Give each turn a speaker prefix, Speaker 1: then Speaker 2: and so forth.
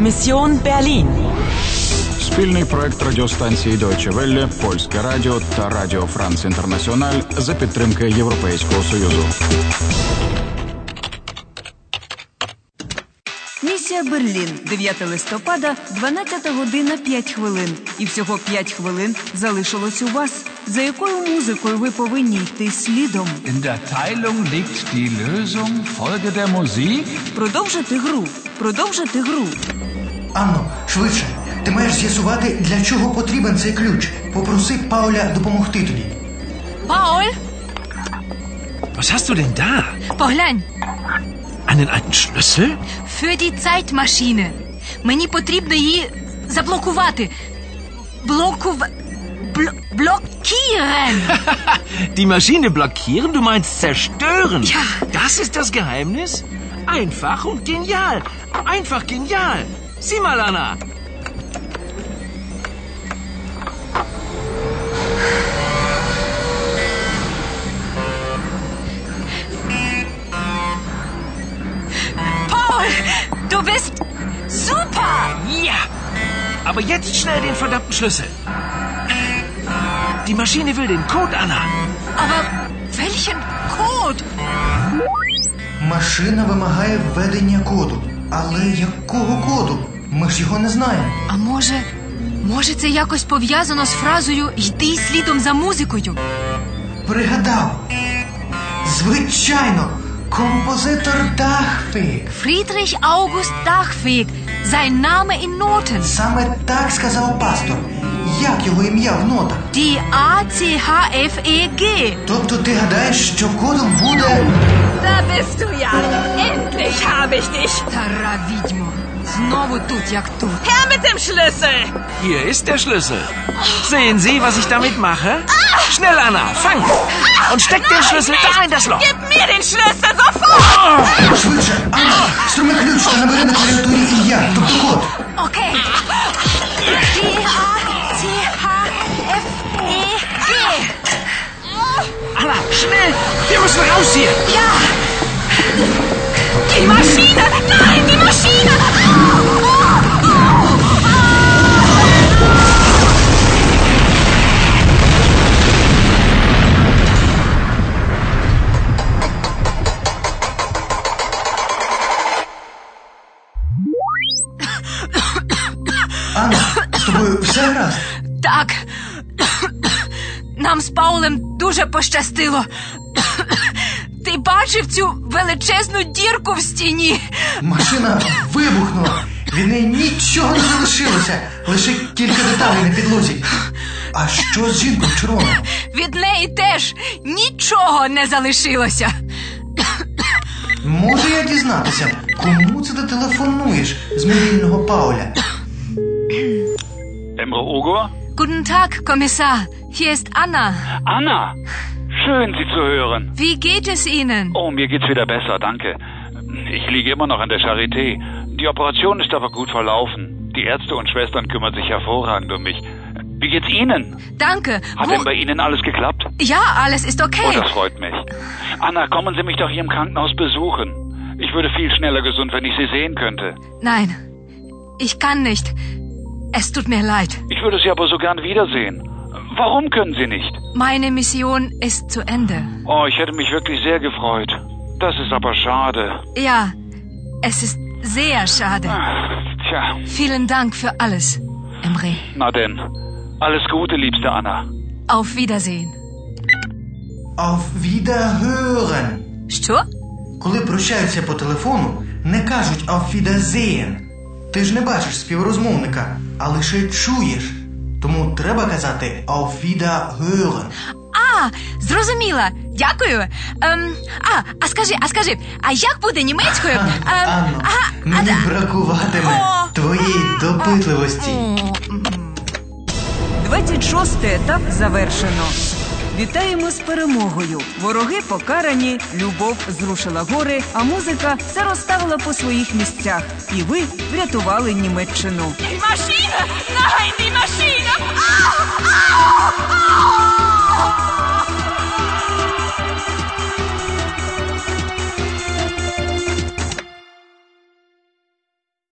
Speaker 1: Mission Berlin.
Speaker 2: Спільний проект радіостанції Deutsche Welle, Польське Радіо та Радіо Франц Інтернаціональ за підтримки Європейського Союзу.
Speaker 3: Місія Берлін, 9 листопада, 12 година 5 хвилин. І всього 5 хвилин залишилось у вас. За якою музикою ви повинні йти слідом?
Speaker 4: In der Teilung liegt die Lösung. Folge der Musik.
Speaker 3: Продовжити гру. Продовжити гру.
Speaker 5: Анно, швидше. Ти маєш з'ясувати, для чого потрібен цей ключ. Попроси Пауля допомогти тобі.
Speaker 6: Paul,
Speaker 7: Was hast du denn da?
Speaker 6: поглянь,
Speaker 7: Einen alten Schlüssel?
Speaker 6: für die Zeitmaschine. Мені потрібно її заблокувати. Блокув... Бл... Блокірен.
Speaker 7: Die Maschine blockieren? Du meinst zerstören?
Speaker 6: Ja.
Speaker 7: Das ist das Geheimnis? Einfach und genial. Einfach genial. Sieh mal, Anna.
Speaker 6: Paul, du bist super.
Speaker 7: Ja. Aber jetzt schnell den verdammten Schlüssel. Die Maschine will den Code, Anna.
Speaker 6: Aber welchen Code?
Speaker 5: Машина вимагає введення коду. Але якого коду? Ми ж його не знаємо.
Speaker 6: А може, може це якось пов'язано з фразою «Йди слідом за музикою»?
Speaker 5: Пригадав. Звичайно, композитор Дахфік.
Speaker 6: Friedrich August Dachweg, sein Name in Noten.
Speaker 5: Саме так сказав пастор. Як його ім'я в нотах?
Speaker 6: Die A-C-H-F-E-G.
Speaker 5: Тобто ти гадаєш, що кодом буде.
Speaker 6: Da bist du ja. Endlich habe ich dich. Стара відьмо. Знову тут, як тут. Herr mit dem Schlüssel.
Speaker 7: Hier ist der Schlüssel. Sehen Sie, was ich damit mache? Schnell, Anna, fang! Und steck den Schlüssel da in das Loch.
Speaker 6: Gib mir den Schlüssel sofort.
Speaker 5: Швидше, Анно, струми ключ та набери на клавіатурі ім'я, тобто код.
Speaker 6: Okay. D-A-C-H-F-E-G.
Speaker 7: Anna, schnell! Wir müssen raus hier!
Speaker 6: Ja. Die Maschine. Nein, die Maschine. Au, au, au.
Speaker 5: Анно, з тобою все гаразд?
Speaker 6: Так. Нам з Паулем дуже пощастило. Ти бачив цю величезну дірку в стіні.
Speaker 5: Машина вибухнула. Від неї нічого не залишилося, лише кілька деталей на підлозі. А що з жінкою червоною?
Speaker 6: Від неї теж нічого не залишилося.
Speaker 5: Можу я дізнатися, кому це ти телефонуєш з мобільного Пауля?
Speaker 8: Emre Ogur?
Speaker 6: Guten Tag, Kommissar. Hier ist Anna.
Speaker 8: Anna! Schön, Sie zu hören.
Speaker 6: Wie geht es Ihnen?
Speaker 8: Oh, mir geht's wieder besser, danke. Ich liege immer noch an der Charité. Die Operation ist aber gut verlaufen. Die Ärzte und Schwestern kümmern sich hervorragend um mich. Wie geht's Ihnen?
Speaker 6: Danke.
Speaker 8: Hat denn bei Ihnen alles geklappt?
Speaker 6: Ja, alles ist
Speaker 8: Oh,
Speaker 6: okay.
Speaker 8: das freut mich. Anna, kommen Sie mich doch hier im Krankenhaus besuchen. Ich würde viel schneller gesund, wenn ich Sie sehen könnte.
Speaker 6: Nein, ich kann nicht. Es tut mir leid.
Speaker 8: Ich würde Sie aber so gern wiedersehen. Warum können Sie nicht?
Speaker 6: Meine Mission ist zu Ende.
Speaker 8: Oh, ich hätte mich wirklich sehr gefreut. Das ist aber schade.
Speaker 6: Ja, es ist sehr schade.
Speaker 8: Ah. Tja.
Speaker 6: Vielen Dank für alles, Emre.
Speaker 8: Na denn, alles Gute, liebste Anna.
Speaker 6: Auf Wiedersehen.
Speaker 5: Auf Wiederhören.
Speaker 6: Що?
Speaker 5: Коли прощаються по телефону, не кажуть «Auf Wiedersehen». Ти ж не бачиш співрозмовника, а лише чуєш. Тому треба казати «Auf Wiederhören».
Speaker 6: А, зрозуміла. Дякую. Ем, а, а скажи, а скажи, а як буде німецькою? Ем,
Speaker 5: Анно, мені бракуватиме
Speaker 6: О!
Speaker 5: твоєї допитливості.
Speaker 3: 26 етап завершено. Вітаємо з перемогою. Вороги покарані, любов зрушила гори, а музика все розставила по своїх місцях. І ви врятували Німеччину.
Speaker 6: Die Maschine! Nein, die Maschine! Au, au, au!